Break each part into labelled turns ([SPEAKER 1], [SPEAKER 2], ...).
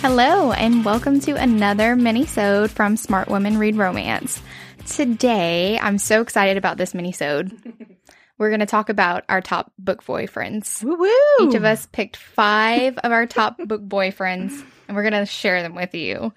[SPEAKER 1] Hello, and welcome to another mini-sode from Smart Women Read Romance. Today, I'm so excited about this mini-sode. We're going to talk about our top book boyfriends.
[SPEAKER 2] Woo woo!
[SPEAKER 1] Each of us picked five of our top book boyfriends, and we're going to share them with you.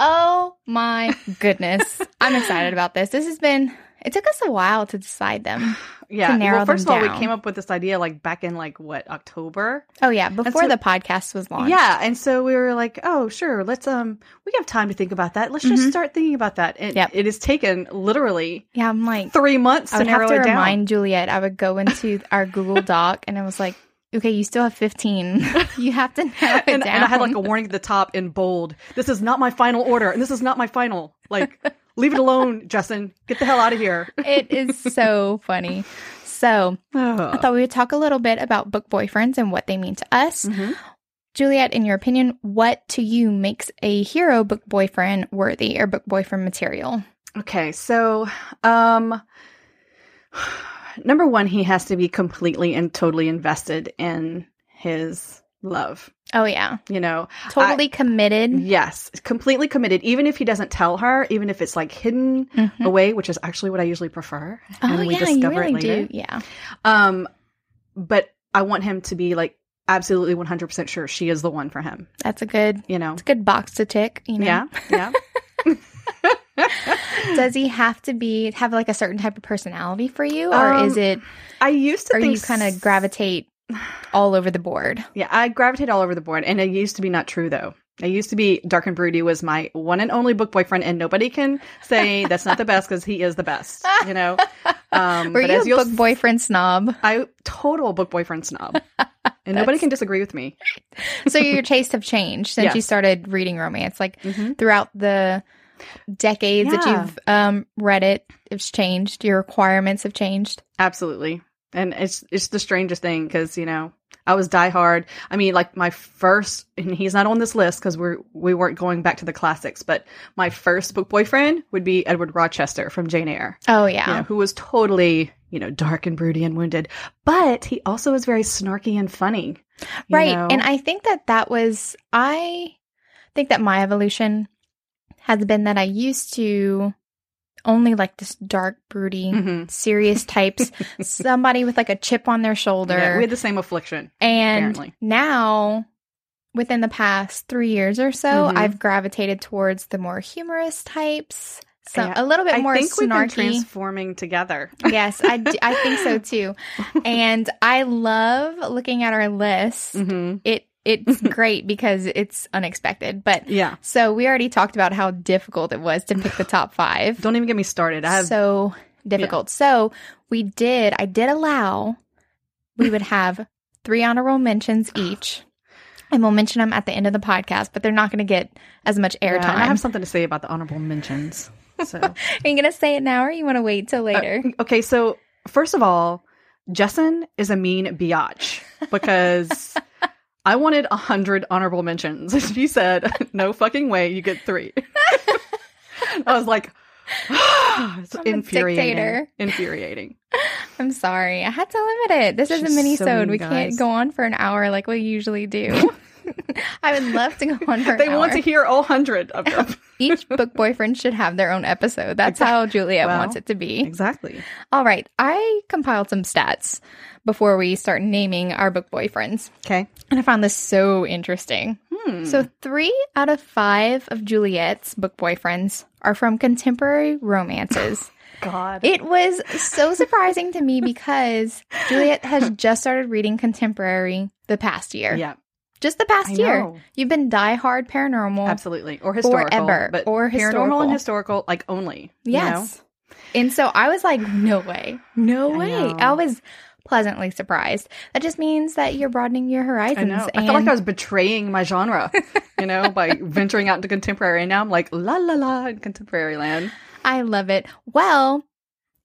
[SPEAKER 1] Oh my goodness. I'm excited about this. This has been, it took us a while to decide them.
[SPEAKER 2] yeah.
[SPEAKER 1] narrow
[SPEAKER 2] well, first
[SPEAKER 1] them
[SPEAKER 2] of all,
[SPEAKER 1] down.
[SPEAKER 2] we came up with this idea like back in like what October.
[SPEAKER 1] Oh, yeah, before
[SPEAKER 2] so-
[SPEAKER 1] the podcast was launched.
[SPEAKER 2] Yeah, and so we were like, oh sure, let's um, we have time to think about that. Let's just start thinking about that.
[SPEAKER 1] Mm-hmm.
[SPEAKER 2] And
[SPEAKER 1] Yep.
[SPEAKER 2] it has taken literally
[SPEAKER 1] Yeah, I'm like,
[SPEAKER 2] three months
[SPEAKER 1] I
[SPEAKER 2] to
[SPEAKER 1] would
[SPEAKER 2] narrow
[SPEAKER 1] have to
[SPEAKER 2] it down.
[SPEAKER 1] remind Juliet. I would go into our Google Doc and I was like, okay, you still have 15. you have to narrow it
[SPEAKER 2] and,
[SPEAKER 1] down.
[SPEAKER 2] and I had like a warning at the top in bold. This is not my final order, and this is not my final. Like, leave it alone, Justin. Get the hell out of here.
[SPEAKER 1] it is so funny. So I thought we would talk a little bit about book boyfriends and what they mean to us.
[SPEAKER 2] Mhm.
[SPEAKER 1] Juliet, in your opinion, what to you makes a hero book boyfriend worthy or book boyfriend material?
[SPEAKER 2] Okay, so um number 1 he has to be completely and totally invested in his love,
[SPEAKER 1] Oh, yeah.
[SPEAKER 2] you know.
[SPEAKER 1] Totally committed.
[SPEAKER 2] Yes, completely committed even if he doesn't tell her, even if it's like hidden
[SPEAKER 1] Mhm.
[SPEAKER 2] away, which is actually what I usually prefer
[SPEAKER 1] Oh,
[SPEAKER 2] Mm-hmm. and we
[SPEAKER 1] yeah. You
[SPEAKER 2] discover
[SPEAKER 1] really
[SPEAKER 2] it later.
[SPEAKER 1] do. Yeah.
[SPEAKER 2] Um but I want him to be like absolutely 100% sure she is the one for him,
[SPEAKER 1] That's a good.
[SPEAKER 2] you know.
[SPEAKER 1] It's a good box to tick, you know.
[SPEAKER 2] Yeah. Yeah.
[SPEAKER 1] Does he have to be have like a certain type of personality for you, or
[SPEAKER 2] Um,
[SPEAKER 1] is it,
[SPEAKER 2] I used to
[SPEAKER 1] or
[SPEAKER 2] think
[SPEAKER 1] you kind
[SPEAKER 2] s-
[SPEAKER 1] of gravitate all over the board?
[SPEAKER 2] Yeah, I gravitate all over the board, and it used to be not true though. It used to be Dark and Broody was my one and only book boyfriend, and nobody can say that's not the best because he is the best. You know, um,
[SPEAKER 1] Were
[SPEAKER 2] but
[SPEAKER 1] you
[SPEAKER 2] as
[SPEAKER 1] a
[SPEAKER 2] you'll
[SPEAKER 1] book boyfriend snob?
[SPEAKER 2] I total book boyfriend snob, and nobody can disagree with me.
[SPEAKER 1] So your tastes have changed since you
[SPEAKER 2] Yes.
[SPEAKER 1] started reading romance. Like
[SPEAKER 2] Mhm.
[SPEAKER 1] throughout the decades that
[SPEAKER 2] Yeah.
[SPEAKER 1] you've um, read it, it's changed. Your requirements have changed.
[SPEAKER 2] Absolutely, and it's it's the strangest thing because you know I was diehard. I mean, like my first, and he's not on this list because we're we weren't going back to the classics, but my first book boyfriend would be Edward Rochester from Jane Eyre.
[SPEAKER 1] Oh
[SPEAKER 2] you
[SPEAKER 1] yeah,
[SPEAKER 2] know, who was totally, you know, dark and broody and wounded, but he also is very snarky and funny. you
[SPEAKER 1] right.
[SPEAKER 2] know?
[SPEAKER 1] And I think that that was I think that my evolution has been that I used to only like this dark, broody,
[SPEAKER 2] Mhm.
[SPEAKER 1] serious types, somebody with like a chip on their shoulder,
[SPEAKER 2] Yeah, we had the same affliction.
[SPEAKER 1] and
[SPEAKER 2] Apparently.
[SPEAKER 1] now, within the past three years or so,
[SPEAKER 2] Mhm.
[SPEAKER 1] I've gravitated towards the more humorous types. So
[SPEAKER 2] Yeah,
[SPEAKER 1] a little bit
[SPEAKER 2] I
[SPEAKER 1] more
[SPEAKER 2] think we've been
[SPEAKER 1] snarky.
[SPEAKER 2] transforming together.
[SPEAKER 1] yes, I, d- I think so too. And I love looking at our list.
[SPEAKER 2] hmm
[SPEAKER 1] It it's great because it's unexpected. But
[SPEAKER 2] Yeah.
[SPEAKER 1] so we already talked about how difficult it was to pick the top five.
[SPEAKER 2] Don't even get me started. I have
[SPEAKER 1] so difficult. So we did. I did allow we would have three honorable mentions each, and we'll mention them at the end of the podcast. But they're not going to get as much
[SPEAKER 2] yeah, and
[SPEAKER 1] airtime.
[SPEAKER 2] I have something to say about the honorable mentions. So
[SPEAKER 1] Are you going to say it now, or you want to wait till
[SPEAKER 2] Uh,
[SPEAKER 1] later?
[SPEAKER 2] okay, so first of all, Jessen is a mean biatch because I wanted a hundred honorable mentions. and She said, "No fucking way, you get three. I was like, it's
[SPEAKER 1] I'm a
[SPEAKER 2] infuriating,
[SPEAKER 1] dictator.
[SPEAKER 2] infuriating.
[SPEAKER 1] I'm sorry, I had to limit it. This is a
[SPEAKER 2] She's
[SPEAKER 1] mini
[SPEAKER 2] so
[SPEAKER 1] sode.
[SPEAKER 2] mean,
[SPEAKER 1] we
[SPEAKER 2] guys.
[SPEAKER 1] can't go on for an hour like we usually do. I would love to go on for
[SPEAKER 2] They
[SPEAKER 1] an
[SPEAKER 2] want
[SPEAKER 1] hour.
[SPEAKER 2] to hear all hundred of them.
[SPEAKER 1] Each book boyfriend should have their own episode. That's how Juliet
[SPEAKER 2] Well,
[SPEAKER 1] wants it to be.
[SPEAKER 2] exactly.
[SPEAKER 1] All right, I compiled some stats before we start naming our book boyfriends,
[SPEAKER 2] Okay.
[SPEAKER 1] and I found this so interesting.
[SPEAKER 2] Hmm.
[SPEAKER 1] So, three out of five of Juliet's book boyfriends are from contemporary romances.
[SPEAKER 2] God.
[SPEAKER 1] it was so surprising to me because Juliet has just started reading contemporary the past year.
[SPEAKER 2] yeah,
[SPEAKER 1] Just the past
[SPEAKER 2] I
[SPEAKER 1] year.
[SPEAKER 2] know.
[SPEAKER 1] You've been diehard paranormal.
[SPEAKER 2] absolutely. Or historical,
[SPEAKER 1] Forever.
[SPEAKER 2] but
[SPEAKER 1] Or
[SPEAKER 2] paranormal
[SPEAKER 1] historical.
[SPEAKER 2] and historical, like only. you know?
[SPEAKER 1] Yes. And so I was like, no way. No
[SPEAKER 2] I
[SPEAKER 1] way.
[SPEAKER 2] know.
[SPEAKER 1] I was pleasantly surprised. That just means that you're broadening your
[SPEAKER 2] I
[SPEAKER 1] horizons.
[SPEAKER 2] know. I
[SPEAKER 1] And
[SPEAKER 2] felt like I was betraying my genre, you know, by venturing out into contemporary. And now I'm like, la la la, in contemporary land.
[SPEAKER 1] I love it. Well,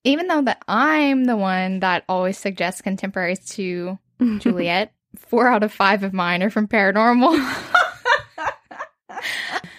[SPEAKER 1] even though that I'm the one that always suggests contemporaries to Juliet, four out of five of mine are from paranormal.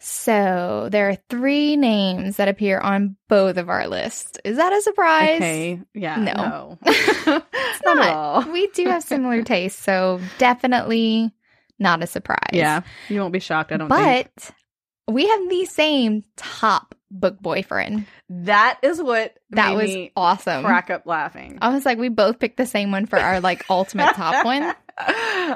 [SPEAKER 1] so there are three names that appear on both of our lists. Is that a surprise?
[SPEAKER 2] Okay. Yeah.
[SPEAKER 1] No.
[SPEAKER 2] No. it's not. at all.
[SPEAKER 1] We do have similar tastes, so definitely Not a surprise.
[SPEAKER 2] Yeah. You won't be shocked, I don't think.
[SPEAKER 1] But we have the same top book boyfriend.
[SPEAKER 2] That is what
[SPEAKER 1] That
[SPEAKER 2] made
[SPEAKER 1] was
[SPEAKER 2] me
[SPEAKER 1] awesome.
[SPEAKER 2] crack up laughing.
[SPEAKER 1] I was like, we both picked the same one for our like ultimate top one.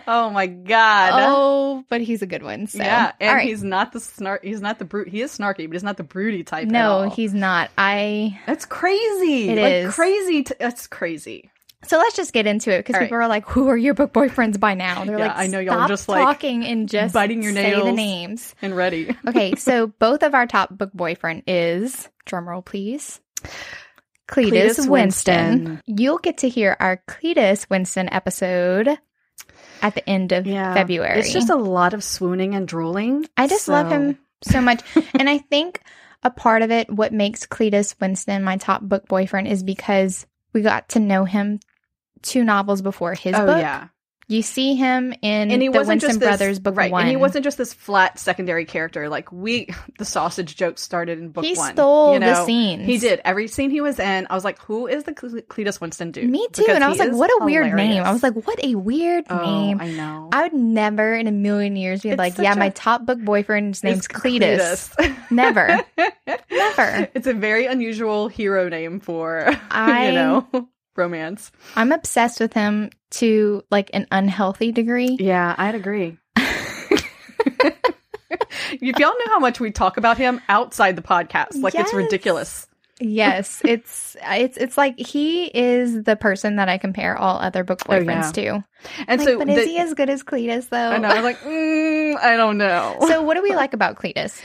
[SPEAKER 2] oh my god.
[SPEAKER 1] Oh, but he's a good one. So
[SPEAKER 2] yeah, and
[SPEAKER 1] all right.
[SPEAKER 2] he's not the snark. He's not the brute. He is snarky, but he's not the broody type. at
[SPEAKER 1] no,
[SPEAKER 2] all.
[SPEAKER 1] he's not. I
[SPEAKER 2] That's crazy.
[SPEAKER 1] It
[SPEAKER 2] It is
[SPEAKER 1] is.
[SPEAKER 2] crazy. T- that's crazy.
[SPEAKER 1] so let's just get into it because
[SPEAKER 2] All right.
[SPEAKER 1] people are like, "Who are your book boyfriends by now?" They're
[SPEAKER 2] Yeah,
[SPEAKER 1] like,
[SPEAKER 2] I know y'all
[SPEAKER 1] "Stop
[SPEAKER 2] just, like,
[SPEAKER 1] talking and just
[SPEAKER 2] biting your
[SPEAKER 1] say the
[SPEAKER 2] nails."
[SPEAKER 1] names."
[SPEAKER 2] And ready.
[SPEAKER 1] Okay, so both of our top book boyfriend is drumroll please. Cletus, Winston.
[SPEAKER 2] Cletus Winston.
[SPEAKER 1] You'll get to hear our Cletus Winston episode at the end of
[SPEAKER 2] Yeah.
[SPEAKER 1] February.
[SPEAKER 2] It's just a lot of swooning and drooling.
[SPEAKER 1] I just love
[SPEAKER 2] so-
[SPEAKER 1] him so much. and I think a part of it, what makes Cletus Winston my top book boyfriend, is because we got to know him two novels before his
[SPEAKER 2] Oh
[SPEAKER 1] book.
[SPEAKER 2] yeah,
[SPEAKER 1] You see him in
[SPEAKER 2] and he
[SPEAKER 1] the
[SPEAKER 2] wasn't
[SPEAKER 1] Winston
[SPEAKER 2] just this,
[SPEAKER 1] Brothers book
[SPEAKER 2] right,
[SPEAKER 1] one.
[SPEAKER 2] And he wasn't just this flat secondary character. Like we, the sausage joke started in book
[SPEAKER 1] He
[SPEAKER 2] one.
[SPEAKER 1] stole
[SPEAKER 2] you
[SPEAKER 1] the
[SPEAKER 2] know?
[SPEAKER 1] scenes.
[SPEAKER 2] He did every scene he was in. I was like, who is the Cle- Cletus Winston dude?
[SPEAKER 1] Me too.
[SPEAKER 2] Because
[SPEAKER 1] and I
[SPEAKER 2] he
[SPEAKER 1] was like,
[SPEAKER 2] is
[SPEAKER 1] what a weird name.
[SPEAKER 2] hilarious.
[SPEAKER 1] I was like, what a weird
[SPEAKER 2] oh,
[SPEAKER 1] name.
[SPEAKER 2] I know.
[SPEAKER 1] I would never in a million years be
[SPEAKER 2] It's
[SPEAKER 1] like,
[SPEAKER 2] such
[SPEAKER 1] yeah, my
[SPEAKER 2] a-
[SPEAKER 1] top book boyfriend's name's
[SPEAKER 2] It's
[SPEAKER 1] Cletus.
[SPEAKER 2] Cletus.
[SPEAKER 1] Never. Never.
[SPEAKER 2] It's a very unusual hero name for
[SPEAKER 1] I-
[SPEAKER 2] you know romance.
[SPEAKER 1] I'm obsessed with him to like an unhealthy degree.
[SPEAKER 2] Yeah, I'd agree. if y'all know how much we talk about him outside the podcast, like
[SPEAKER 1] Yes.
[SPEAKER 2] it's ridiculous.
[SPEAKER 1] Yes, it's it's it's like he is the person that I compare all other book
[SPEAKER 2] Oh,
[SPEAKER 1] boyfriends to.
[SPEAKER 2] And
[SPEAKER 1] Like,
[SPEAKER 2] so,
[SPEAKER 1] but
[SPEAKER 2] the-
[SPEAKER 1] is he as good as Cletus though?
[SPEAKER 2] I know. I was like, mm, I don't know. So,
[SPEAKER 1] so uh, what do we like about Cletus?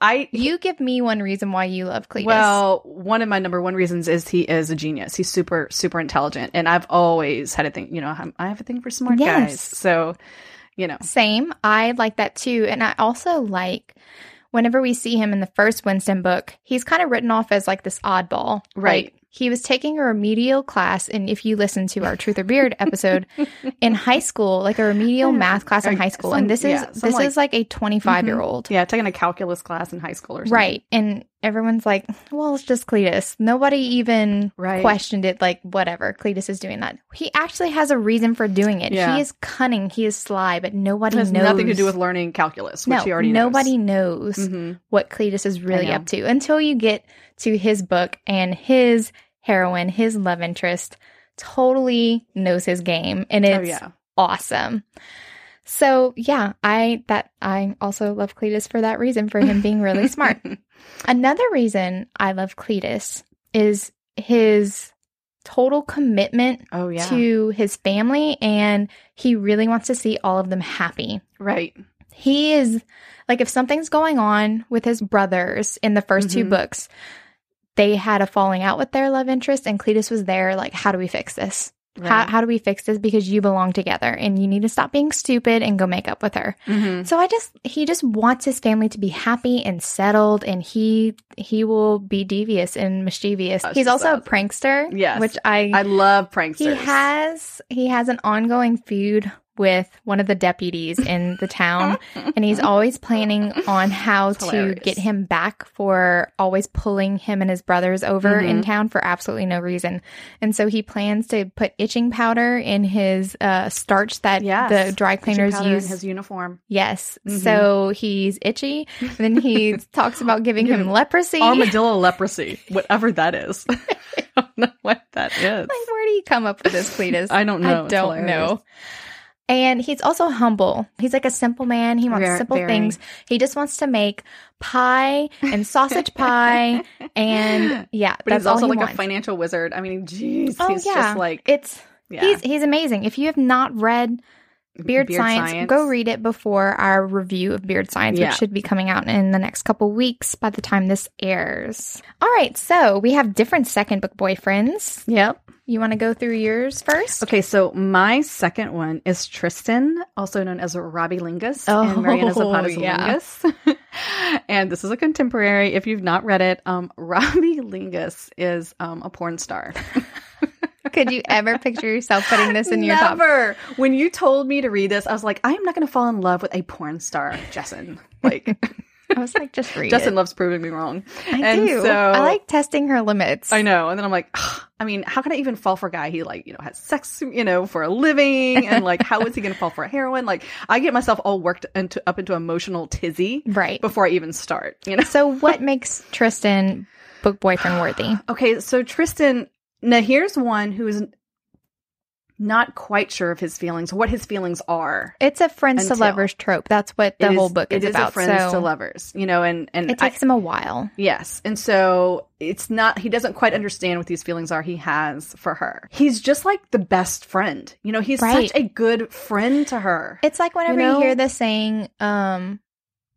[SPEAKER 2] I.
[SPEAKER 1] You give me one reason why you love Cletus.
[SPEAKER 2] Well, one of my number one reasons is he is a genius. He's super, super intelligent, and I've always had a thing. You know, I'm- I have a thing for smart
[SPEAKER 1] Yes.
[SPEAKER 2] guys. So, you know,
[SPEAKER 1] Same. I like that too. And I also like whenever we see him in the first Winston book, he's kind of written off as like this oddball.
[SPEAKER 2] Right.
[SPEAKER 1] Like, he was taking a remedial class. And if you listen to our Truth or Beard episode in high school, like a remedial math class in
[SPEAKER 2] Or
[SPEAKER 1] high school.
[SPEAKER 2] some-
[SPEAKER 1] and this is,
[SPEAKER 2] yeah, some,
[SPEAKER 1] this
[SPEAKER 2] like-
[SPEAKER 1] is like a 25 year old.
[SPEAKER 2] yeah, taking a calculus class in high school or something.
[SPEAKER 1] Right. And everyone's like, well, it's just Cletus. Nobody even
[SPEAKER 2] Right.
[SPEAKER 1] questioned it. Like, whatever. Cletus is doing that. He actually has a reason for doing it.
[SPEAKER 2] Yeah.
[SPEAKER 1] He is cunning. He is sly, but
[SPEAKER 2] It
[SPEAKER 1] nobody
[SPEAKER 2] has
[SPEAKER 1] knows.
[SPEAKER 2] nothing to do with learning calculus, which
[SPEAKER 1] no,
[SPEAKER 2] he already
[SPEAKER 1] nobody knows
[SPEAKER 2] knows. Mhm.
[SPEAKER 1] what Cletus is really
[SPEAKER 2] know.
[SPEAKER 1] up to until you get to his book and his heroine, his love interest, totally knows his game, and it's
[SPEAKER 2] oh yeah,
[SPEAKER 1] awesome. So yeah, I that I also love Cletus for that reason for him being really smart. Another reason I love Cletus is his total commitment
[SPEAKER 2] oh yeah,
[SPEAKER 1] to his family and he really wants to see all of them happy
[SPEAKER 2] right.
[SPEAKER 1] he is like if something's going on with his brothers in the 1st two
[SPEAKER 2] Mhm.
[SPEAKER 1] books they had a falling out with their love interest and cletus was there like how do we fix this how,
[SPEAKER 2] right.
[SPEAKER 1] how do we fix this because you belong together and you need to stop being stupid and go make up with her
[SPEAKER 2] Mhm.
[SPEAKER 1] so i just he just wants his family to be happy and settled and he he will be devious and mischievous
[SPEAKER 2] That's
[SPEAKER 1] he's
[SPEAKER 2] just
[SPEAKER 1] also a
[SPEAKER 2] awesome.
[SPEAKER 1] prankster
[SPEAKER 2] Yes.
[SPEAKER 1] which i
[SPEAKER 2] I love pranksters.
[SPEAKER 1] he has he has an ongoing feud with one of the deputies in the town, and he's always planning on how
[SPEAKER 2] It's
[SPEAKER 1] to
[SPEAKER 2] hilarious.
[SPEAKER 1] get him back for always pulling him and his brothers over in
[SPEAKER 2] Mhm.
[SPEAKER 1] town for absolutely no reason. And so he plans to put itching powder in his uh, starch that
[SPEAKER 2] Yes.
[SPEAKER 1] the dry cleaners
[SPEAKER 2] powder in
[SPEAKER 1] use.
[SPEAKER 2] his uniform.
[SPEAKER 1] yes,
[SPEAKER 2] Mhm.
[SPEAKER 1] so he's itchy. Then he talks about giving
[SPEAKER 2] Give
[SPEAKER 1] him
[SPEAKER 2] him
[SPEAKER 1] leprosy.
[SPEAKER 2] Armadillo leprosy, whatever that is. I don't know what that is.
[SPEAKER 1] like, where do you come up with this, Cletus?
[SPEAKER 2] I don't know.
[SPEAKER 1] I
[SPEAKER 2] It's
[SPEAKER 1] don't
[SPEAKER 2] hilarious.
[SPEAKER 1] know. And he's also humble. He's like a simple man. He wants
[SPEAKER 2] Ver-
[SPEAKER 1] simple
[SPEAKER 2] very.
[SPEAKER 1] things. He just wants to make pie and sausage pie. And yeah,
[SPEAKER 2] But
[SPEAKER 1] that's
[SPEAKER 2] he's also
[SPEAKER 1] all he
[SPEAKER 2] like
[SPEAKER 1] wants.
[SPEAKER 2] a financial wizard. I mean, jeez,
[SPEAKER 1] Oh,
[SPEAKER 2] he's
[SPEAKER 1] yeah.
[SPEAKER 2] just like
[SPEAKER 1] It's
[SPEAKER 2] yeah,
[SPEAKER 1] he's he's amazing. If you have not read Beard, Science, go read it before our review of Beard Science,
[SPEAKER 2] Yeah.
[SPEAKER 1] which should be coming out in the next couple weeks by the time this airs. All right, so we have different second book boyfriends.
[SPEAKER 2] Yep.
[SPEAKER 1] You want to go through yours first?
[SPEAKER 2] Okay, so my second one is Tristan, also known as Robbie Lingus
[SPEAKER 1] Oh,
[SPEAKER 2] and Mariana Zapata's
[SPEAKER 1] yeah.
[SPEAKER 2] Lingus. and this is a contemporary. If you've not read it, um, Robbie Lingus is um, a porn star.
[SPEAKER 1] Could you ever picture yourself putting this in your top
[SPEAKER 2] Never. When you told me to read this, I was like, I am not going to fall in love with a porn star, Jessen. Like,
[SPEAKER 1] I was like, just read.
[SPEAKER 2] Justin
[SPEAKER 1] it.
[SPEAKER 2] loves proving me wrong.
[SPEAKER 1] I
[SPEAKER 2] and
[SPEAKER 1] do.
[SPEAKER 2] so-
[SPEAKER 1] I like testing her limits.
[SPEAKER 2] I know. And then I'm like, "Ugh, I mean, how can I even fall for a guy? He like, you know, has sex, you know, for a living, and like, how is he going to fall for a heroin? Like, I get myself all worked into up into emotional tizzy
[SPEAKER 1] Right.
[SPEAKER 2] before I even start. You know.
[SPEAKER 1] So, what makes Tristan book boyfriend worthy?
[SPEAKER 2] Okay, so Tristan, now here's one who is not quite sure of his feelings, what his feelings are.
[SPEAKER 1] It's a friends to
[SPEAKER 2] Until-
[SPEAKER 1] lovers trope. That's what the
[SPEAKER 2] It
[SPEAKER 1] whole book is
[SPEAKER 2] it
[SPEAKER 1] about.
[SPEAKER 2] a
[SPEAKER 1] so
[SPEAKER 2] friends to lovers, you know, and and
[SPEAKER 1] it
[SPEAKER 2] I-
[SPEAKER 1] takes him a while.
[SPEAKER 2] Yes. And so it's not, he doesn't quite understand what these feelings are he has for her. He's just like the best friend. You know, he's
[SPEAKER 1] Right.
[SPEAKER 2] such a good friend to her.
[SPEAKER 1] It's like whenever you,
[SPEAKER 2] know?
[SPEAKER 1] hear the saying, um,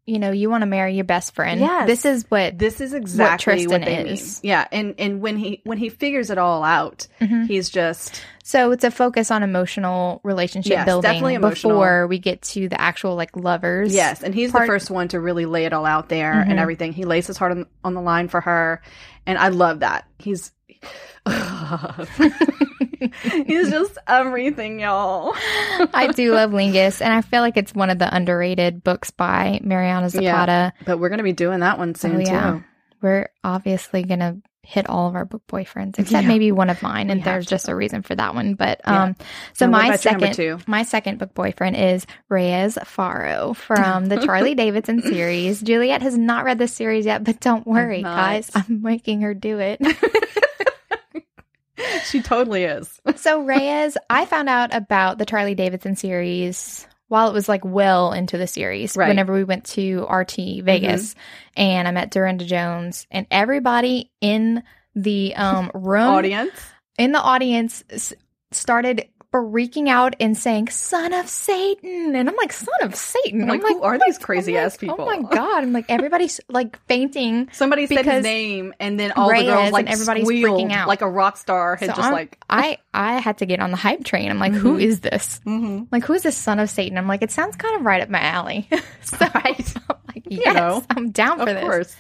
[SPEAKER 1] you know, you want to marry your best friend.
[SPEAKER 2] Yes.
[SPEAKER 1] This is what
[SPEAKER 2] this is exactly what,
[SPEAKER 1] Tristan
[SPEAKER 2] they
[SPEAKER 1] is.
[SPEAKER 2] mean. Yeah, and and when he when he figures it all out,
[SPEAKER 1] Mhm.
[SPEAKER 2] he's just
[SPEAKER 1] So it's a focus on emotional relationship
[SPEAKER 2] Yes,
[SPEAKER 1] building
[SPEAKER 2] definitely emotional.
[SPEAKER 1] before we get to the actual like lovers.
[SPEAKER 2] yes, and he's
[SPEAKER 1] part-
[SPEAKER 2] the first one to really lay it all out there and
[SPEAKER 1] Mhm.
[SPEAKER 2] everything. He lays his heart on, on the line for her, and I love that. He's he's just everything, y'all.
[SPEAKER 1] I do love Lingus, and I feel like it's one of the underrated books by Mariana
[SPEAKER 2] Yeah.
[SPEAKER 1] Zapata.
[SPEAKER 2] But we're gonna be doing that one soon
[SPEAKER 1] Oh, yeah.
[SPEAKER 2] too.
[SPEAKER 1] We're obviously gonna hit all of our book boyfriends, except
[SPEAKER 2] Yeah.
[SPEAKER 1] maybe one of mine,
[SPEAKER 2] We
[SPEAKER 1] and
[SPEAKER 2] have
[SPEAKER 1] there's
[SPEAKER 2] to.
[SPEAKER 1] just a reason for that one. But
[SPEAKER 2] Yeah.
[SPEAKER 1] um, so
[SPEAKER 2] Now, what
[SPEAKER 1] my
[SPEAKER 2] about your number
[SPEAKER 1] second
[SPEAKER 2] two?
[SPEAKER 1] My second book boyfriend is Reyes Faro from the Charlie Davidson series. Juliet has not read this series yet, but don't worry,
[SPEAKER 2] not.
[SPEAKER 1] guys. I'm making her do it.
[SPEAKER 2] she totally is.
[SPEAKER 1] so, Reyes, I found out about the Charlie Davidson series while it was like well into the series,
[SPEAKER 2] Right. Mm-hmm.
[SPEAKER 1] whenever we went to RT Vegas and I met Dorinda Jones and everybody in the um, room
[SPEAKER 2] Audience.
[SPEAKER 1] in the audience s- started freaking out and saying son of satan and i'm like son of satan
[SPEAKER 2] I'm
[SPEAKER 1] i'm
[SPEAKER 2] like, who are these crazy
[SPEAKER 1] I'm
[SPEAKER 2] ass
[SPEAKER 1] like,
[SPEAKER 2] people?
[SPEAKER 1] Oh my god! I'm like everybody's like fainting.
[SPEAKER 2] Somebody said
[SPEAKER 1] Because
[SPEAKER 2] his name, and then all
[SPEAKER 1] Reyes
[SPEAKER 2] the girls like
[SPEAKER 1] and everybody's
[SPEAKER 2] squealed
[SPEAKER 1] freaking out.
[SPEAKER 2] like a rock star had
[SPEAKER 1] So
[SPEAKER 2] just
[SPEAKER 1] I'm-
[SPEAKER 2] like.
[SPEAKER 1] I I had to get on the hype train. I'm like, who
[SPEAKER 2] Mhm.
[SPEAKER 1] is this?
[SPEAKER 2] Mm-hmm.
[SPEAKER 1] Like, who is this son of Satan? I'm like, it sounds kind of right up my alley. so
[SPEAKER 2] Right.
[SPEAKER 1] I'm like, yes,
[SPEAKER 2] know.
[SPEAKER 1] I'm down for
[SPEAKER 2] Of
[SPEAKER 1] this.
[SPEAKER 2] course.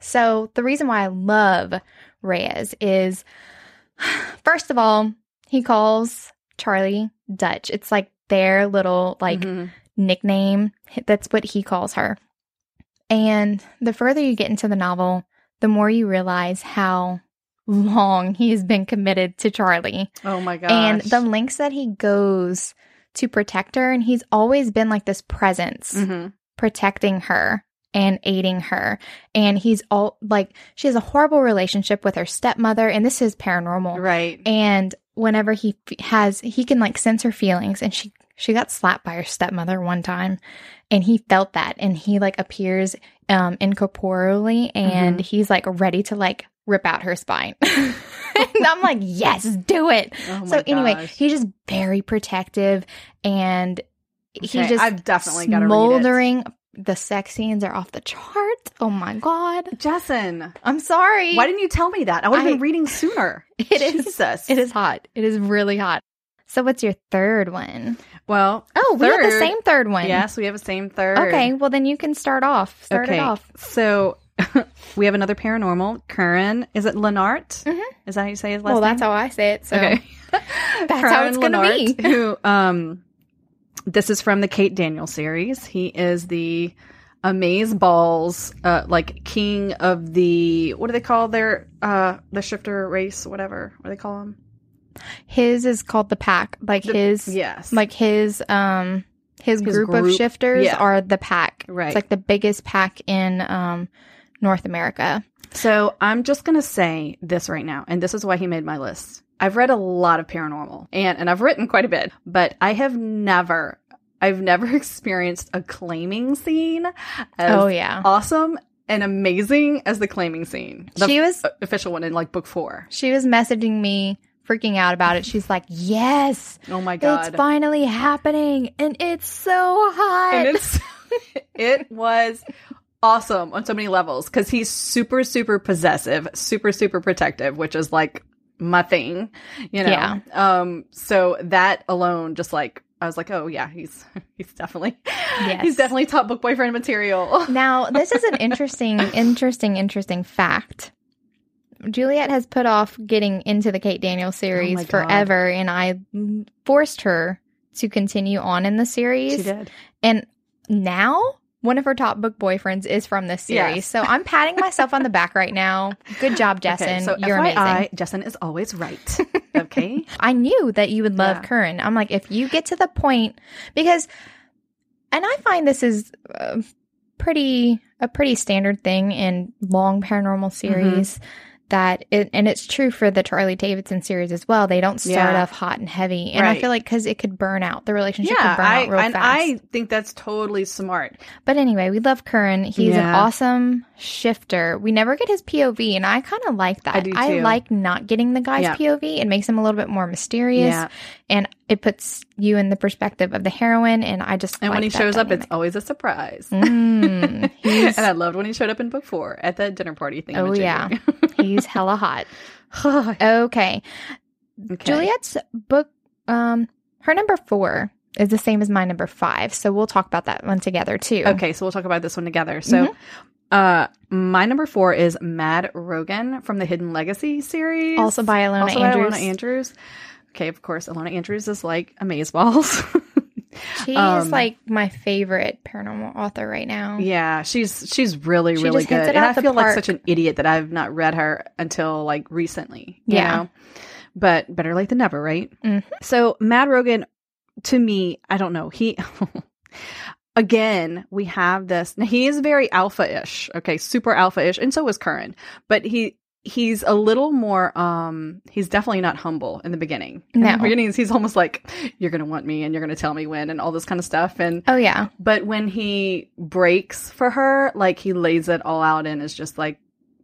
[SPEAKER 1] So the reason why I love Reyes is, first of all, he calls Charlie Dutch. It's like their little like
[SPEAKER 2] Mhm.
[SPEAKER 1] nickname. That's what he calls her. And the further you get into the novel, the more you realize how long he has been committed to Charlie
[SPEAKER 2] Oh my gosh.
[SPEAKER 1] and the lengths that he goes to protect her. And he's always been like this presence
[SPEAKER 2] Mhm.
[SPEAKER 1] protecting her and aiding her. And he's all like, she has a horrible relationship with her stepmother. And this is paranormal
[SPEAKER 2] Right.
[SPEAKER 1] and whenever he f- has he can like sense her feelings and she she got slapped by her stepmother one time and he felt that and he like appears um incorporeally and
[SPEAKER 2] Mm-hmm.
[SPEAKER 1] he's like ready to like rip out her spine and i'm like yes do it
[SPEAKER 2] Oh my
[SPEAKER 1] so anyway
[SPEAKER 2] gosh.
[SPEAKER 1] he's just very protective and he
[SPEAKER 2] Okay,
[SPEAKER 1] just
[SPEAKER 2] I've definitely got to read
[SPEAKER 1] smoldering the sex scenes are off the chart oh my god
[SPEAKER 2] it. Jessen,
[SPEAKER 1] i'm sorry
[SPEAKER 2] why didn't you tell me that? I would have
[SPEAKER 1] I-
[SPEAKER 2] been reading sooner.
[SPEAKER 1] It is-
[SPEAKER 2] Jesus.
[SPEAKER 1] It is hot. It is really hot. So what's your third one?
[SPEAKER 2] Well,
[SPEAKER 1] Oh, we have the
[SPEAKER 2] third-
[SPEAKER 1] same third one.
[SPEAKER 2] Yes, we have a same third.
[SPEAKER 1] Okay. Well, then you can start off. Start
[SPEAKER 2] okay.
[SPEAKER 1] it off.
[SPEAKER 2] So we have another paranormal. Karen, is it Lenart?
[SPEAKER 1] Mhm.
[SPEAKER 2] Is that how you say his last
[SPEAKER 1] Well,
[SPEAKER 2] name?
[SPEAKER 1] that's how I say it. So
[SPEAKER 2] okay.
[SPEAKER 1] that's how it's going to
[SPEAKER 2] Karen
[SPEAKER 1] be.
[SPEAKER 2] Lennart, Who um this is from the Kate Daniel series. He is the Amaze Balls, uh, like king of the what do they call their uh the shifter race, whatever. What do they call them?
[SPEAKER 1] His is called the pack. Like
[SPEAKER 2] The-
[SPEAKER 1] his,
[SPEAKER 2] Yes.
[SPEAKER 1] like his, um, his,
[SPEAKER 2] His
[SPEAKER 1] group, of
[SPEAKER 2] group.
[SPEAKER 1] shifters
[SPEAKER 2] Yeah.
[SPEAKER 1] are the pack.
[SPEAKER 2] Right.
[SPEAKER 1] It's like the biggest pack in um, North America.
[SPEAKER 2] so I'm just gonna say this right now, and this is why he made my list. I've read a lot of paranormal and and I've written quite a bit, but I have never I've never experienced a claiming scene as
[SPEAKER 1] oh yeah.
[SPEAKER 2] awesome and amazing as the claiming scene. The
[SPEAKER 1] she was
[SPEAKER 2] f- official one in like book four.
[SPEAKER 1] she was messaging me, freaking out about it. She's like, "Yes,
[SPEAKER 2] Oh my
[SPEAKER 1] It's
[SPEAKER 2] god!
[SPEAKER 1] finally happening, and it's so hot.
[SPEAKER 2] and it's it was awesome on so many levels because he's super super possessive, super super protective, which is like my thing, you know.
[SPEAKER 1] Yeah.
[SPEAKER 2] Um. So that alone, just like I was like, oh yeah, he's he's definitely
[SPEAKER 1] Yes.
[SPEAKER 2] he's definitely top book boyfriend material.
[SPEAKER 1] now, this is an interesting, interesting, interesting fact. Juliet has put off getting into the Kate Daniels series
[SPEAKER 2] Oh God.
[SPEAKER 1] forever, and I forced her to continue on in the series.
[SPEAKER 2] did.
[SPEAKER 1] And now one of her top book boyfriends is from this series.
[SPEAKER 2] Yes.
[SPEAKER 1] So I'm patting myself on the back right now. Good job, Jessen.
[SPEAKER 2] Okay, so
[SPEAKER 1] You're
[SPEAKER 2] FYI,
[SPEAKER 1] amazing.
[SPEAKER 2] Jessen is always right. Okay.
[SPEAKER 1] I knew that you would love
[SPEAKER 2] Yeah.
[SPEAKER 1] Curran. I'm like, if you get to the point, because, and I find this is uh, pretty a pretty standard thing in long paranormal
[SPEAKER 2] Mm-hmm.
[SPEAKER 1] series. That it, and it's true for the Charlie Davidson series as well. They don't start
[SPEAKER 2] Yeah.
[SPEAKER 1] off hot and heavy, and I
[SPEAKER 2] Right.
[SPEAKER 1] feel like because it could burn out the relationship
[SPEAKER 2] yeah,
[SPEAKER 1] could burn
[SPEAKER 2] I,
[SPEAKER 1] out real
[SPEAKER 2] and
[SPEAKER 1] fast.
[SPEAKER 2] I think that's totally smart.
[SPEAKER 1] But anyway, we love Curran. He's an
[SPEAKER 2] Yeah.
[SPEAKER 1] awesome shifter. We never get his POV, and I kind of like that.
[SPEAKER 2] I do too.
[SPEAKER 1] like not getting the guy's
[SPEAKER 2] Yeah.
[SPEAKER 1] POV. It makes him a little bit more mysterious,
[SPEAKER 2] Yeah.
[SPEAKER 1] and it puts you in the perspective of the heroine. And I just
[SPEAKER 2] And when he
[SPEAKER 1] like that
[SPEAKER 2] shows up,
[SPEAKER 1] dynamic.
[SPEAKER 2] it's always a surprise.
[SPEAKER 1] Mm, he's,
[SPEAKER 2] and I loved when he showed up in book four at that dinner party thing.
[SPEAKER 1] oh yeah, he's hella hot. Okay.
[SPEAKER 2] Okay.
[SPEAKER 1] Juliet's book, um, her number four is the same as my number five, so we'll talk about that one together too.
[SPEAKER 2] Okay, so we'll talk about this one together. So,
[SPEAKER 1] Mm-hmm.
[SPEAKER 2] uh, my number four is Mad Rogan from the Hidden Legacy series,
[SPEAKER 1] Also by Alona
[SPEAKER 2] also by
[SPEAKER 1] Andrews.
[SPEAKER 2] Alona Andrews. Okay, of course, Alona Andrews is like amazeballs.
[SPEAKER 1] She is
[SPEAKER 2] Um,
[SPEAKER 1] like my favorite paranormal author right now.
[SPEAKER 2] yeah, she's she's really
[SPEAKER 1] She
[SPEAKER 2] really
[SPEAKER 1] just
[SPEAKER 2] good,
[SPEAKER 1] hits it
[SPEAKER 2] and
[SPEAKER 1] out
[SPEAKER 2] I
[SPEAKER 1] the
[SPEAKER 2] feel
[SPEAKER 1] park.
[SPEAKER 2] like such an idiot that I've not read her until like recently. You
[SPEAKER 1] Yeah.
[SPEAKER 2] know? but better late than never, right?
[SPEAKER 1] Mhm.
[SPEAKER 2] So Mad Rogan, to me, I don't know. He again, we have this. Now he is very alpha-ish, okay, super alpha-ish, and so is Curran. But he he's a little more. um He's definitely not humble in the beginning.
[SPEAKER 1] No.
[SPEAKER 2] in the beginning, he's almost like you're gonna want me, and you're gonna tell me when, and all this kind of stuff. And
[SPEAKER 1] Oh yeah.
[SPEAKER 2] but when he breaks for her, like he lays it all out and is just like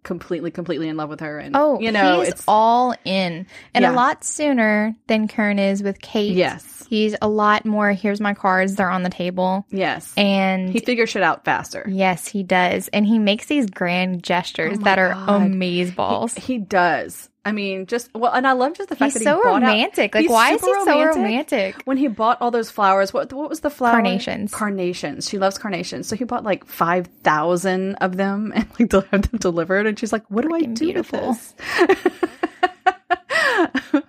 [SPEAKER 2] completely, completely in love with her. And
[SPEAKER 1] Oh,
[SPEAKER 2] you know,
[SPEAKER 1] he's
[SPEAKER 2] it's
[SPEAKER 1] all in, and a
[SPEAKER 2] Yeah.
[SPEAKER 1] lot sooner than Kern is with Kate.
[SPEAKER 2] yes,
[SPEAKER 1] he's a lot more. Here's my cards; they're on the table,
[SPEAKER 2] yes.
[SPEAKER 1] and
[SPEAKER 2] he figures shit out faster.
[SPEAKER 1] yes, he does, and he makes these grand gestures
[SPEAKER 2] Oh my
[SPEAKER 1] that are
[SPEAKER 2] God.
[SPEAKER 1] amaze balls.
[SPEAKER 2] He, he does. I mean, just well, and I love just the fact
[SPEAKER 1] he's
[SPEAKER 2] that
[SPEAKER 1] so
[SPEAKER 2] he bought out-
[SPEAKER 1] romantic. like,
[SPEAKER 2] He's
[SPEAKER 1] why is he
[SPEAKER 2] super
[SPEAKER 1] so
[SPEAKER 2] romantic.
[SPEAKER 1] romantic?
[SPEAKER 2] when he bought all those flowers. What what was the flower?
[SPEAKER 1] Carnations.
[SPEAKER 2] Carnations. She loves carnations. So he bought like five thousand of them and like to have them delivered. And she's like, "What do I
[SPEAKER 1] Freaking
[SPEAKER 2] do
[SPEAKER 1] beautiful.
[SPEAKER 2] with this?" I don't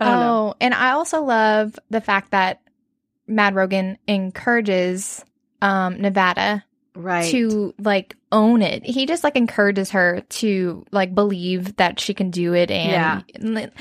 [SPEAKER 2] know.
[SPEAKER 1] oh, and I also love the fact that Mad Rogan encourages um, Nevada
[SPEAKER 2] Right.
[SPEAKER 1] to like own it. He just like encourages her to like believe that she can do it and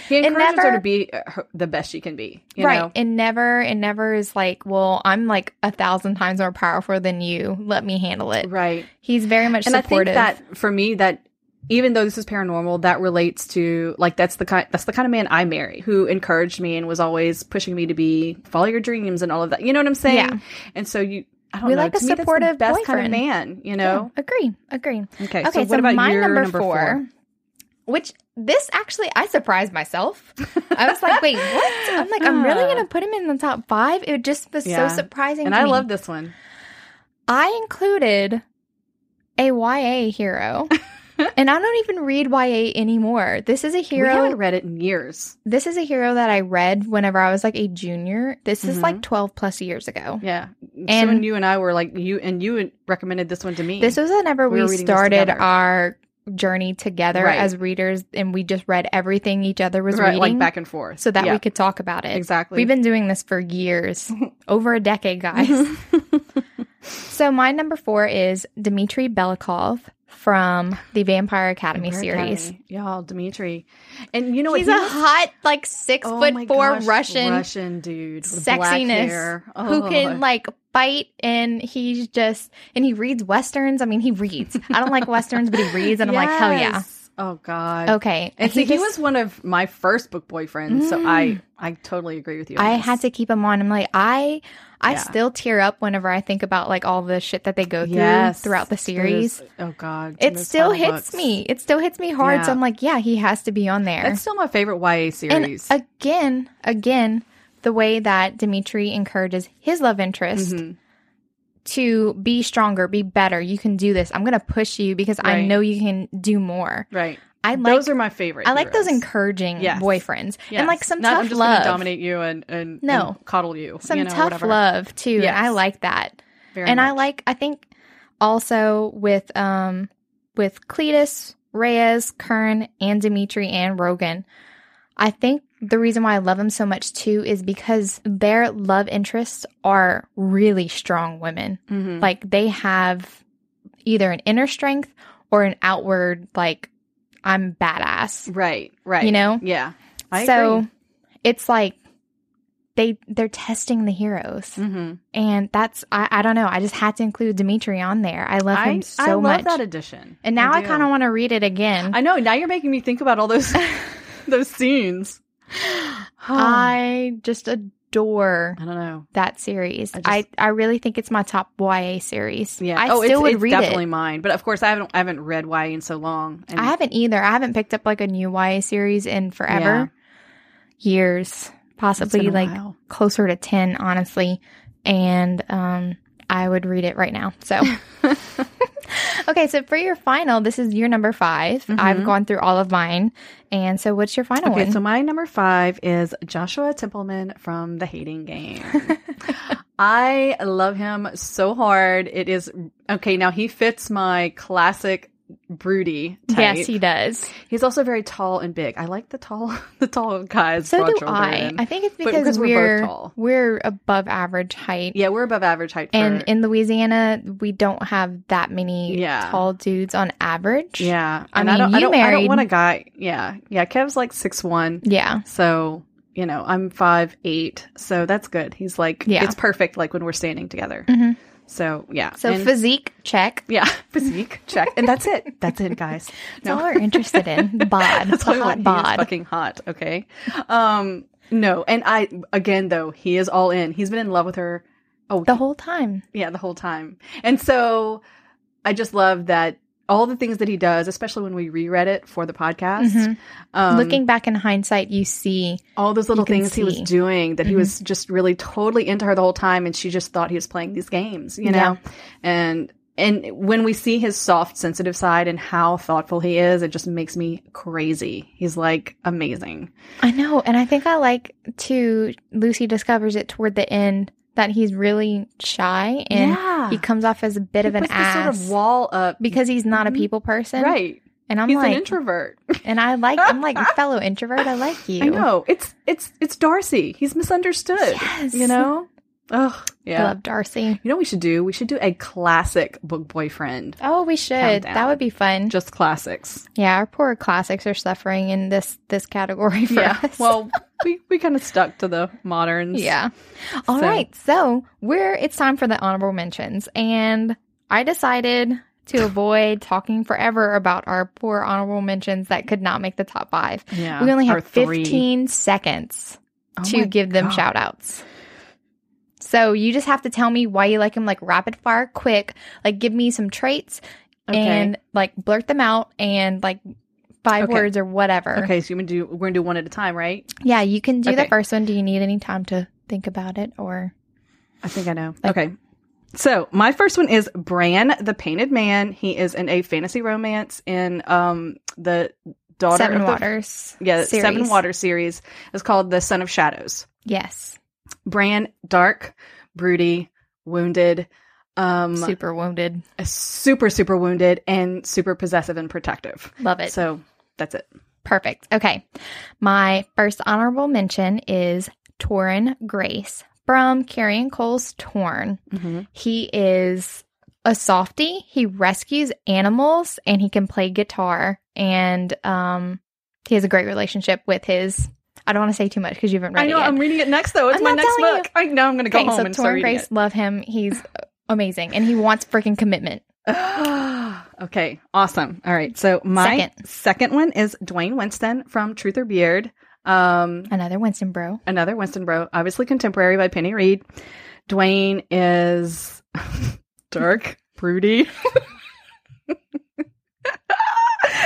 [SPEAKER 2] He
[SPEAKER 1] It
[SPEAKER 2] encourages
[SPEAKER 1] never-
[SPEAKER 2] her to be uh, her, the best she can be. You
[SPEAKER 1] right.
[SPEAKER 2] Know?
[SPEAKER 1] And never and never is like, well, I'm like a thousand times more powerful than you. Let me handle it.
[SPEAKER 2] Right.
[SPEAKER 1] He's very much
[SPEAKER 2] And
[SPEAKER 1] supportive.
[SPEAKER 2] I think that for me, that even though this is paranormal, that relates to like that's the kind that's the kind of man I marry who encouraged me and was always pushing me to be follow your dreams and all of that. You know what I'm saying?
[SPEAKER 1] Yeah.
[SPEAKER 2] And so you, I don't
[SPEAKER 1] We
[SPEAKER 2] know.
[SPEAKER 1] like a
[SPEAKER 2] to me, that's the
[SPEAKER 1] supportive
[SPEAKER 2] best
[SPEAKER 1] boyfriend.
[SPEAKER 2] kind of man. You
[SPEAKER 1] Yeah,
[SPEAKER 2] know?
[SPEAKER 1] agree. Agree.
[SPEAKER 2] Okay.
[SPEAKER 1] Okay, so,
[SPEAKER 2] what about
[SPEAKER 1] my
[SPEAKER 2] your
[SPEAKER 1] number, four, which this actually I surprised myself. I was like, wait, what? I'm like, I'm really gonna put him in the top five. It just was
[SPEAKER 2] Yeah.
[SPEAKER 1] so surprising.
[SPEAKER 2] And
[SPEAKER 1] to
[SPEAKER 2] I
[SPEAKER 1] me.
[SPEAKER 2] love this one.
[SPEAKER 1] I included a YA hero. and I don't even read YA anymore. This is a
[SPEAKER 2] We
[SPEAKER 1] hero
[SPEAKER 2] haven't read it in years.
[SPEAKER 1] this is a hero that I read whenever I was like a junior. This is
[SPEAKER 2] Mhm.
[SPEAKER 1] like 12 plus years ago.
[SPEAKER 2] Yeah.
[SPEAKER 1] And-
[SPEAKER 2] so when you and I were like you and you recommended this one to me.
[SPEAKER 1] This was whenever
[SPEAKER 2] We
[SPEAKER 1] we,
[SPEAKER 2] were reading this
[SPEAKER 1] started
[SPEAKER 2] together.
[SPEAKER 1] our journey together
[SPEAKER 2] Right.
[SPEAKER 1] as readers and we just read everything each other was
[SPEAKER 2] right,
[SPEAKER 1] reading
[SPEAKER 2] like back and forth.
[SPEAKER 1] so that
[SPEAKER 2] Yeah,
[SPEAKER 1] we could talk about it.
[SPEAKER 2] exactly.
[SPEAKER 1] We've been doing this for years, over a decade, guys.
[SPEAKER 2] Mm-hmm.
[SPEAKER 1] so my number 4 is Dmitry Belikov from the Vampire Academy
[SPEAKER 2] Vampire
[SPEAKER 1] series.
[SPEAKER 2] Academy. Y'all, Dimitri. And you know what?
[SPEAKER 1] He's
[SPEAKER 2] He
[SPEAKER 1] a
[SPEAKER 2] was-
[SPEAKER 1] hot, like six
[SPEAKER 2] Oh
[SPEAKER 1] foot
[SPEAKER 2] my
[SPEAKER 1] four
[SPEAKER 2] gosh,
[SPEAKER 1] Russian
[SPEAKER 2] Russian dude. with black
[SPEAKER 1] sexiness
[SPEAKER 2] hair.
[SPEAKER 1] who
[SPEAKER 2] Oh.
[SPEAKER 1] can like fight, and he's just and he reads westerns. I mean, he reads. I don't like westerns, but he reads, and I'm like, hell yeah,
[SPEAKER 2] Yes. Oh, God.
[SPEAKER 1] okay.
[SPEAKER 2] And see, he
[SPEAKER 1] just- Mm.
[SPEAKER 2] was one of my first book boyfriends, so I I totally agree with you. on
[SPEAKER 1] I
[SPEAKER 2] this.
[SPEAKER 1] had to keep him on. I'm like, I, I
[SPEAKER 2] Yeah.
[SPEAKER 1] still tear up whenever I think about like all the shit that they go through
[SPEAKER 2] Yes.
[SPEAKER 1] throughout the
[SPEAKER 2] Those-
[SPEAKER 1] series.
[SPEAKER 2] oh God,
[SPEAKER 1] It
[SPEAKER 2] those
[SPEAKER 1] still
[SPEAKER 2] final
[SPEAKER 1] hits
[SPEAKER 2] books.
[SPEAKER 1] me. It still hits me hard. So
[SPEAKER 2] Yeah.
[SPEAKER 1] I'm like, yeah, he has to be on there.
[SPEAKER 2] That's still my favorite YA series.
[SPEAKER 1] And again, again, the way that Dimitri encourages his love interest
[SPEAKER 2] Mhm.
[SPEAKER 1] to be stronger, be better. You can do this. I'm going to push you because I
[SPEAKER 2] Right.
[SPEAKER 1] know you can do more.
[SPEAKER 2] right.
[SPEAKER 1] I like
[SPEAKER 2] those are my favorite.
[SPEAKER 1] I like those
[SPEAKER 2] heroes.
[SPEAKER 1] encouraging
[SPEAKER 2] Yes.
[SPEAKER 1] boyfriends and like
[SPEAKER 2] Yes.
[SPEAKER 1] some
[SPEAKER 2] Not,
[SPEAKER 1] tough
[SPEAKER 2] I'm just gonna
[SPEAKER 1] love.
[SPEAKER 2] dominate you and and
[SPEAKER 1] No.
[SPEAKER 2] and coddle you.
[SPEAKER 1] some
[SPEAKER 2] you know,
[SPEAKER 1] tough
[SPEAKER 2] whatever.
[SPEAKER 1] love too. And I
[SPEAKER 2] Yes.
[SPEAKER 1] like that.
[SPEAKER 2] Very
[SPEAKER 1] and I
[SPEAKER 2] much.
[SPEAKER 1] like I think also with um with Cletus, Reyes, Kern, and Dimitri and Rogan. I think the reason why I love them so much too is because their love interests are really strong women.
[SPEAKER 2] Mm-hmm.
[SPEAKER 1] Like they have either an inner strength or an outward, like, I'm badass,
[SPEAKER 2] Right, right.
[SPEAKER 1] you know?
[SPEAKER 2] Yeah.
[SPEAKER 1] so it's like they they're testing the heroes.
[SPEAKER 2] hmm
[SPEAKER 1] And that's I, I don't know. I just had to include Dimitri on there. I love
[SPEAKER 2] I,
[SPEAKER 1] him so
[SPEAKER 2] I love
[SPEAKER 1] much.
[SPEAKER 2] that edition.
[SPEAKER 1] and now I,
[SPEAKER 2] do.
[SPEAKER 1] kind of want to read it again.
[SPEAKER 2] I know. Now you're making me think about all those those scenes. oh.
[SPEAKER 1] I just adore
[SPEAKER 2] I don't know.
[SPEAKER 1] that series.
[SPEAKER 2] I
[SPEAKER 1] I,
[SPEAKER 2] just-
[SPEAKER 1] I, really think it's my top YA series.
[SPEAKER 2] Yeah.
[SPEAKER 1] I still
[SPEAKER 2] oh, it's,
[SPEAKER 1] would
[SPEAKER 2] it's
[SPEAKER 1] read
[SPEAKER 2] definitely
[SPEAKER 1] it.
[SPEAKER 2] mine. But of course, I haven't I haven't read YA in so long. And
[SPEAKER 1] I haven't either. I haven't picked up like a new YA series in forever. Years,
[SPEAKER 2] it's been
[SPEAKER 1] possibly
[SPEAKER 2] a
[SPEAKER 1] like
[SPEAKER 2] while.
[SPEAKER 1] closer to 10, honestly. And um I would read it right now. So Okay, so for your final, this is your number 5 i I've
[SPEAKER 2] Mhm.
[SPEAKER 1] gone through all of mine. And so what's your final
[SPEAKER 2] Okay,
[SPEAKER 1] one?
[SPEAKER 2] so my number five is Joshua Templeman from The Hating Game. I love him so hard. It is okay. Now he fits my classic broody type.
[SPEAKER 1] yes, he does.
[SPEAKER 2] He's also very tall and big. I like the tall, the tall guys.
[SPEAKER 1] So do
[SPEAKER 2] broad-shouldered
[SPEAKER 1] I.
[SPEAKER 2] and-
[SPEAKER 1] I think it's
[SPEAKER 2] But
[SPEAKER 1] because,
[SPEAKER 2] because we're
[SPEAKER 1] we're
[SPEAKER 2] both tall.
[SPEAKER 1] we're above average height.
[SPEAKER 2] yeah, we're above average height. For,
[SPEAKER 1] And in Louisiana, we don't have that many
[SPEAKER 2] Yeah.
[SPEAKER 1] tall dudes on average.
[SPEAKER 2] yeah,
[SPEAKER 1] I
[SPEAKER 2] and
[SPEAKER 1] mean,
[SPEAKER 2] I don't, I
[SPEAKER 1] you
[SPEAKER 2] don't, I don't
[SPEAKER 1] married-
[SPEAKER 2] want a guy. Yeah, yeah. Kev's like six one,
[SPEAKER 1] Yeah.
[SPEAKER 2] so you know I'm five eight, so that's good. He's like,
[SPEAKER 1] Yeah.
[SPEAKER 2] it's perfect. Like when we're standing together.
[SPEAKER 1] Mhm.
[SPEAKER 2] So yeah,
[SPEAKER 1] So
[SPEAKER 2] And-
[SPEAKER 1] physique check.
[SPEAKER 2] yeah, physique check, and that's it. That's it, guys.
[SPEAKER 1] That's all we're interested in. The bod.
[SPEAKER 2] That's
[SPEAKER 1] the
[SPEAKER 2] why
[SPEAKER 1] hot
[SPEAKER 2] hot
[SPEAKER 1] bod.
[SPEAKER 2] fucking hot. Okay. Um. No, and I again though he is all in. He's been in love with her. Oh,
[SPEAKER 1] the whole time.
[SPEAKER 2] yeah, the whole time. And so I just love that all the things that he does, especially when we reread it for the podcast,
[SPEAKER 1] Mhm.
[SPEAKER 2] um,
[SPEAKER 1] Looking back in hindsight, you see.
[SPEAKER 2] all those little
[SPEAKER 1] you can
[SPEAKER 2] things he was
[SPEAKER 1] see. Mm-hmm.
[SPEAKER 2] doing that he was just really totally into her the whole time, and she just thought he was playing these games, you know, and. And when we see his soft, sensitive side and how thoughtful he is, it just makes me crazy. He's like amazing.
[SPEAKER 1] I know. And I think I like to Lucy discovers it toward the end that he's really shy and
[SPEAKER 2] yeah,
[SPEAKER 1] he comes off as a bit
[SPEAKER 2] He
[SPEAKER 1] of an
[SPEAKER 2] puts this
[SPEAKER 1] ass.
[SPEAKER 2] sort of wall up,
[SPEAKER 1] because he's not a
[SPEAKER 2] Mhm.
[SPEAKER 1] people person.
[SPEAKER 2] right?
[SPEAKER 1] And I'm
[SPEAKER 2] He's an
[SPEAKER 1] like
[SPEAKER 2] introvert.
[SPEAKER 1] and I like I'm like fellow introvert, I like you.
[SPEAKER 2] I know it's it's it's Darcy. He's misunderstood.
[SPEAKER 1] Yes.
[SPEAKER 2] You know. Oh
[SPEAKER 1] I
[SPEAKER 2] yeah.
[SPEAKER 1] love Darcy.
[SPEAKER 2] You know what we should do? We should do a classic book boyfriend.
[SPEAKER 1] Oh, we should.
[SPEAKER 2] Countdown.
[SPEAKER 1] That would be fun.
[SPEAKER 2] Just classics.
[SPEAKER 1] Yeah, our poor classics are suffering in this this category for us.
[SPEAKER 2] Well, we we kind of stuck to the moderns.
[SPEAKER 1] yeah. All
[SPEAKER 2] So-
[SPEAKER 1] right, so we're it's time for the honorable mentions, and I decided to avoid talking forever about our poor honorable mentions that could not make the top five.
[SPEAKER 2] Yeah.
[SPEAKER 1] we only
[SPEAKER 2] Or
[SPEAKER 1] have
[SPEAKER 2] three.
[SPEAKER 1] fifteen seconds
[SPEAKER 2] Oh my
[SPEAKER 1] to give them
[SPEAKER 2] God.
[SPEAKER 1] shout outs. So you just have to tell me why you like them, like rapid fire, quick. Like give me some traits
[SPEAKER 2] Okay.
[SPEAKER 1] and like blurt them out and like five
[SPEAKER 2] Okay.
[SPEAKER 1] words or whatever.
[SPEAKER 2] Okay, so you gonna do we're gonna do one at a time, right?
[SPEAKER 1] Yeah, you can do the
[SPEAKER 2] Okay.
[SPEAKER 1] first one. Do you need any time to think about it or
[SPEAKER 2] I think I know. okay. So my first one is Bran the Painted Man. He is in a fantasy romance in um the daughter
[SPEAKER 1] Seven
[SPEAKER 2] of the,
[SPEAKER 1] Waters?
[SPEAKER 2] Yeah, Seven
[SPEAKER 1] series.
[SPEAKER 2] Water series. It's called The Son of Shadows.
[SPEAKER 1] Yes,
[SPEAKER 2] Bran, dark, broody, wounded, um, super.
[SPEAKER 1] super wounded.
[SPEAKER 2] super, wounded, and super possessive and protective.
[SPEAKER 1] Love it.
[SPEAKER 2] So that's it.
[SPEAKER 1] Perfect. Okay, my first honorable mention is Torin Grace from Carrion Cole's Torn. He is a softie. He rescues animals and he can play guitar. And um, he has a great relationship with his. I don't want to say too much because you haven't read
[SPEAKER 2] I know.
[SPEAKER 1] it yet.
[SPEAKER 2] I'm reading it next, though. It's
[SPEAKER 1] I'm
[SPEAKER 2] my
[SPEAKER 1] not
[SPEAKER 2] next
[SPEAKER 1] telling
[SPEAKER 2] book. I know I'm going to go
[SPEAKER 1] okay,
[SPEAKER 2] home
[SPEAKER 1] so
[SPEAKER 2] and start
[SPEAKER 1] Torin
[SPEAKER 2] reading
[SPEAKER 1] Grace, love him. He's amazing, and he wants freaking commitment.
[SPEAKER 2] it. okay, awesome. All right. So my
[SPEAKER 1] Second.
[SPEAKER 2] second, one is Dwayne Winston from Truth or Beard. Um,
[SPEAKER 1] Another Winston bro.
[SPEAKER 2] another Winston Bro, obviously contemporary by Penny Reed. Dwayne is dark, broody,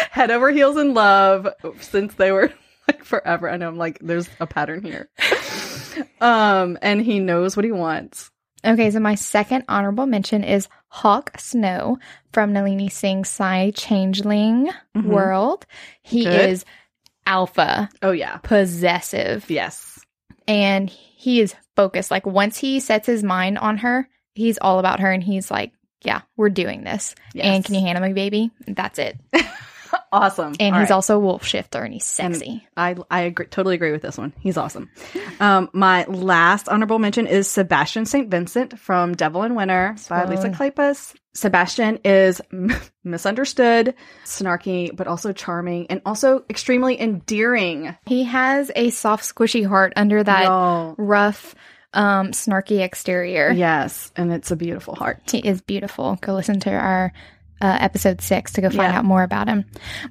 [SPEAKER 2] head over heels in love since they were like forever. I know I'm like, there's a pattern here. um, and he knows what he wants.
[SPEAKER 1] Okay, so my second honorable mention is Hawk Snow from Nalini Singh's Psy Changeling World. He
[SPEAKER 2] Mm-hmm. Good.
[SPEAKER 1] is alpha,
[SPEAKER 2] Oh yeah,
[SPEAKER 1] possessive.
[SPEAKER 2] yes.
[SPEAKER 1] and he is focused. Like once he sets his mind on her, he's all about her, and he's like, "Yeah, we're doing this."
[SPEAKER 2] yes.
[SPEAKER 1] And can you handle me, baby? That's it.
[SPEAKER 2] awesome.
[SPEAKER 1] And
[SPEAKER 2] All
[SPEAKER 1] he's
[SPEAKER 2] right.
[SPEAKER 1] also wolf shifter and he's
[SPEAKER 2] And
[SPEAKER 1] sexy.
[SPEAKER 2] I I agree, totally agree with this one. He's awesome. Um, my last honorable mention is Sebastian St. Vincent from Devil in Winter by
[SPEAKER 1] Swoon.
[SPEAKER 2] Lisa Kleypas. Sebastian is m- misunderstood, snarky, but also charming and also extremely endearing.
[SPEAKER 1] he has a soft, squishy heart under that
[SPEAKER 2] Y'all.
[SPEAKER 1] rough, um, snarky exterior.
[SPEAKER 2] yes, and it's a beautiful heart.
[SPEAKER 1] He is beautiful. Go listen to our uh, episode six to go find
[SPEAKER 2] Yeah.
[SPEAKER 1] out more about him.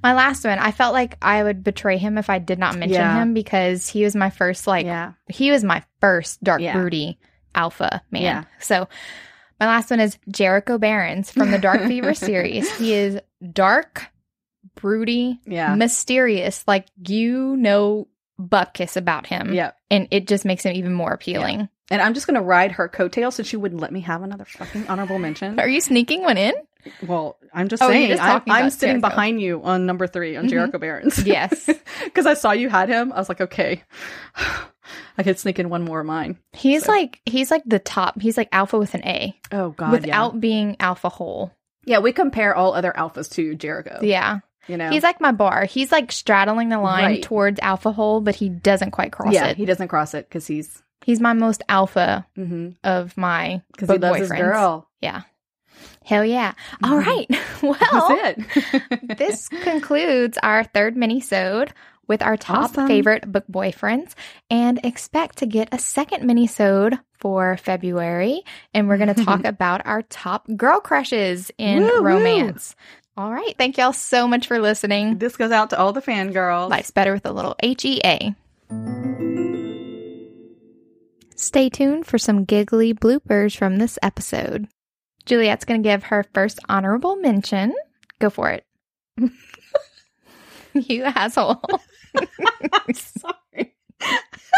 [SPEAKER 1] My last one, I felt like I would betray him if I did not mention
[SPEAKER 2] Yeah.
[SPEAKER 1] him because he was my first, like,
[SPEAKER 2] yeah,
[SPEAKER 1] he was my first dark,
[SPEAKER 2] Yeah.
[SPEAKER 1] broody alpha man.
[SPEAKER 2] Yeah.
[SPEAKER 1] So my last one is Jericho Barons from the Dark Fever series. He is dark, broody,
[SPEAKER 2] yeah,
[SPEAKER 1] mysterious, like, you know, butt kiss about him.
[SPEAKER 2] yeah.
[SPEAKER 1] And it just makes him even more appealing.
[SPEAKER 2] And I'm just gonna ride her coattail since she wouldn't let me have another fucking honorable mention.
[SPEAKER 1] Are you sneaking one in?
[SPEAKER 2] Well, I'm just
[SPEAKER 1] Oh, you're
[SPEAKER 2] saying,
[SPEAKER 1] just
[SPEAKER 2] I,
[SPEAKER 1] talking
[SPEAKER 2] I'm
[SPEAKER 1] about
[SPEAKER 2] sitting
[SPEAKER 1] Jericho.
[SPEAKER 2] behind you on number three on
[SPEAKER 1] Mhm.
[SPEAKER 2] Jericho Barons.
[SPEAKER 1] Yes.
[SPEAKER 2] because I saw you had him. I was like, okay, I could sneak in one more of mine.
[SPEAKER 1] He's
[SPEAKER 2] So-
[SPEAKER 1] like he's like the top. He's like alpha with an A
[SPEAKER 2] Oh God,
[SPEAKER 1] without being alpha whole.
[SPEAKER 2] yeah. we compare all other alphas to Jericho.
[SPEAKER 1] Yeah.
[SPEAKER 2] you know,
[SPEAKER 1] He's like my bar. He's like straddling the line
[SPEAKER 2] Right.
[SPEAKER 1] towards alpha whole, but he doesn't quite cross
[SPEAKER 2] yeah,
[SPEAKER 1] it.
[SPEAKER 2] he doesn't cross it because he's
[SPEAKER 1] he's my most alpha
[SPEAKER 2] because
[SPEAKER 1] of my
[SPEAKER 2] he
[SPEAKER 1] book
[SPEAKER 2] loves his
[SPEAKER 1] boyfriends.
[SPEAKER 2] girl.
[SPEAKER 1] Hell yeah. All
[SPEAKER 2] Mhm.
[SPEAKER 1] right. Well,
[SPEAKER 2] That's it.
[SPEAKER 1] this concludes our third mini-sode with our top
[SPEAKER 2] Awesome.
[SPEAKER 1] favorite book boyfriends and expect to get a second mini-sode for February and we're going to talk about our top girl crushes in
[SPEAKER 2] Woo, woo.
[SPEAKER 1] romance. All right. Thank y'all so much for listening.
[SPEAKER 2] this goes out to all the fangirls.
[SPEAKER 1] Life's better with a little HEA. Stay tuned for some giggly bloopers from this episode. Juliet's going to give her first honorable mention. Go for it. you asshole.
[SPEAKER 2] I'm sorry,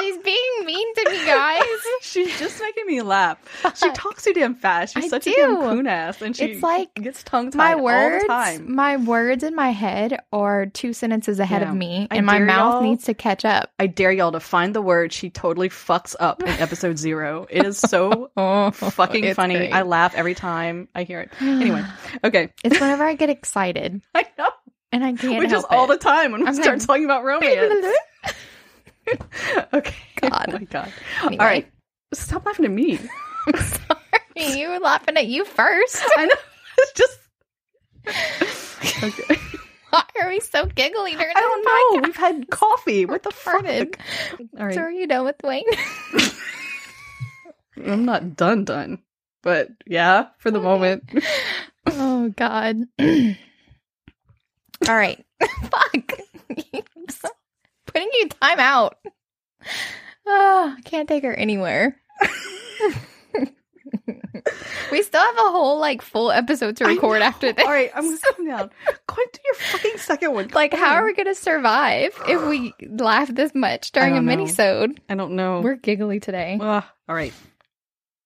[SPEAKER 1] She's being mean to me, guys.
[SPEAKER 2] she's just making me laugh. She
[SPEAKER 1] Fuck.
[SPEAKER 2] talks too damn fast. She's
[SPEAKER 1] I
[SPEAKER 2] such a
[SPEAKER 1] do.
[SPEAKER 2] damn coon ass, and she
[SPEAKER 1] It's like
[SPEAKER 2] gets tongue
[SPEAKER 1] my
[SPEAKER 2] tied all
[SPEAKER 1] words
[SPEAKER 2] the time.
[SPEAKER 1] my words in my head are two sentences ahead
[SPEAKER 2] Yeah.
[SPEAKER 1] of me
[SPEAKER 2] I
[SPEAKER 1] and my
[SPEAKER 2] dare
[SPEAKER 1] mouth
[SPEAKER 2] y'all.
[SPEAKER 1] needs to catch up.
[SPEAKER 2] I dare y'all to find the word she totally fucks up in episode zero. It is so
[SPEAKER 1] Oh,
[SPEAKER 2] fucking funny. I laugh every time I hear it. Anyway, okay.
[SPEAKER 1] it's whenever I get excited
[SPEAKER 2] I know.
[SPEAKER 1] and I can't
[SPEAKER 2] Which is
[SPEAKER 1] help
[SPEAKER 2] all
[SPEAKER 1] it.
[SPEAKER 2] the time when we
[SPEAKER 1] I'm
[SPEAKER 2] start
[SPEAKER 1] like,
[SPEAKER 2] talking about romance. okay.
[SPEAKER 1] God.
[SPEAKER 2] Oh my God.
[SPEAKER 1] Anyway.
[SPEAKER 2] All right. Stop laughing at me.
[SPEAKER 1] I'm sorry. You were laughing at you first.
[SPEAKER 2] I know. It's just.
[SPEAKER 1] Oh
[SPEAKER 2] Okay.
[SPEAKER 1] Why are we so giggly during
[SPEAKER 2] I don't know. We've had coffee. What the fuck?
[SPEAKER 1] Farted.
[SPEAKER 2] All
[SPEAKER 1] So
[SPEAKER 2] right.
[SPEAKER 1] are you done with Wayne?
[SPEAKER 2] I'm not done, done. But yeah, for the moment.
[SPEAKER 1] oh God. All right. Fuck. Putting you time out. Oh, can't take her anywhere. we still have a whole like full episode to
[SPEAKER 2] I
[SPEAKER 1] record
[SPEAKER 2] know.
[SPEAKER 1] after this.
[SPEAKER 2] All right, I'm gonna calm down. Go into your fucking second one.
[SPEAKER 1] Like,
[SPEAKER 2] Come
[SPEAKER 1] how
[SPEAKER 2] on.
[SPEAKER 1] are we gonna survive if we laugh this much during a
[SPEAKER 2] don't know.
[SPEAKER 1] mini sode?
[SPEAKER 2] I don't know.
[SPEAKER 1] We're giggly today.
[SPEAKER 2] Ugh. all right.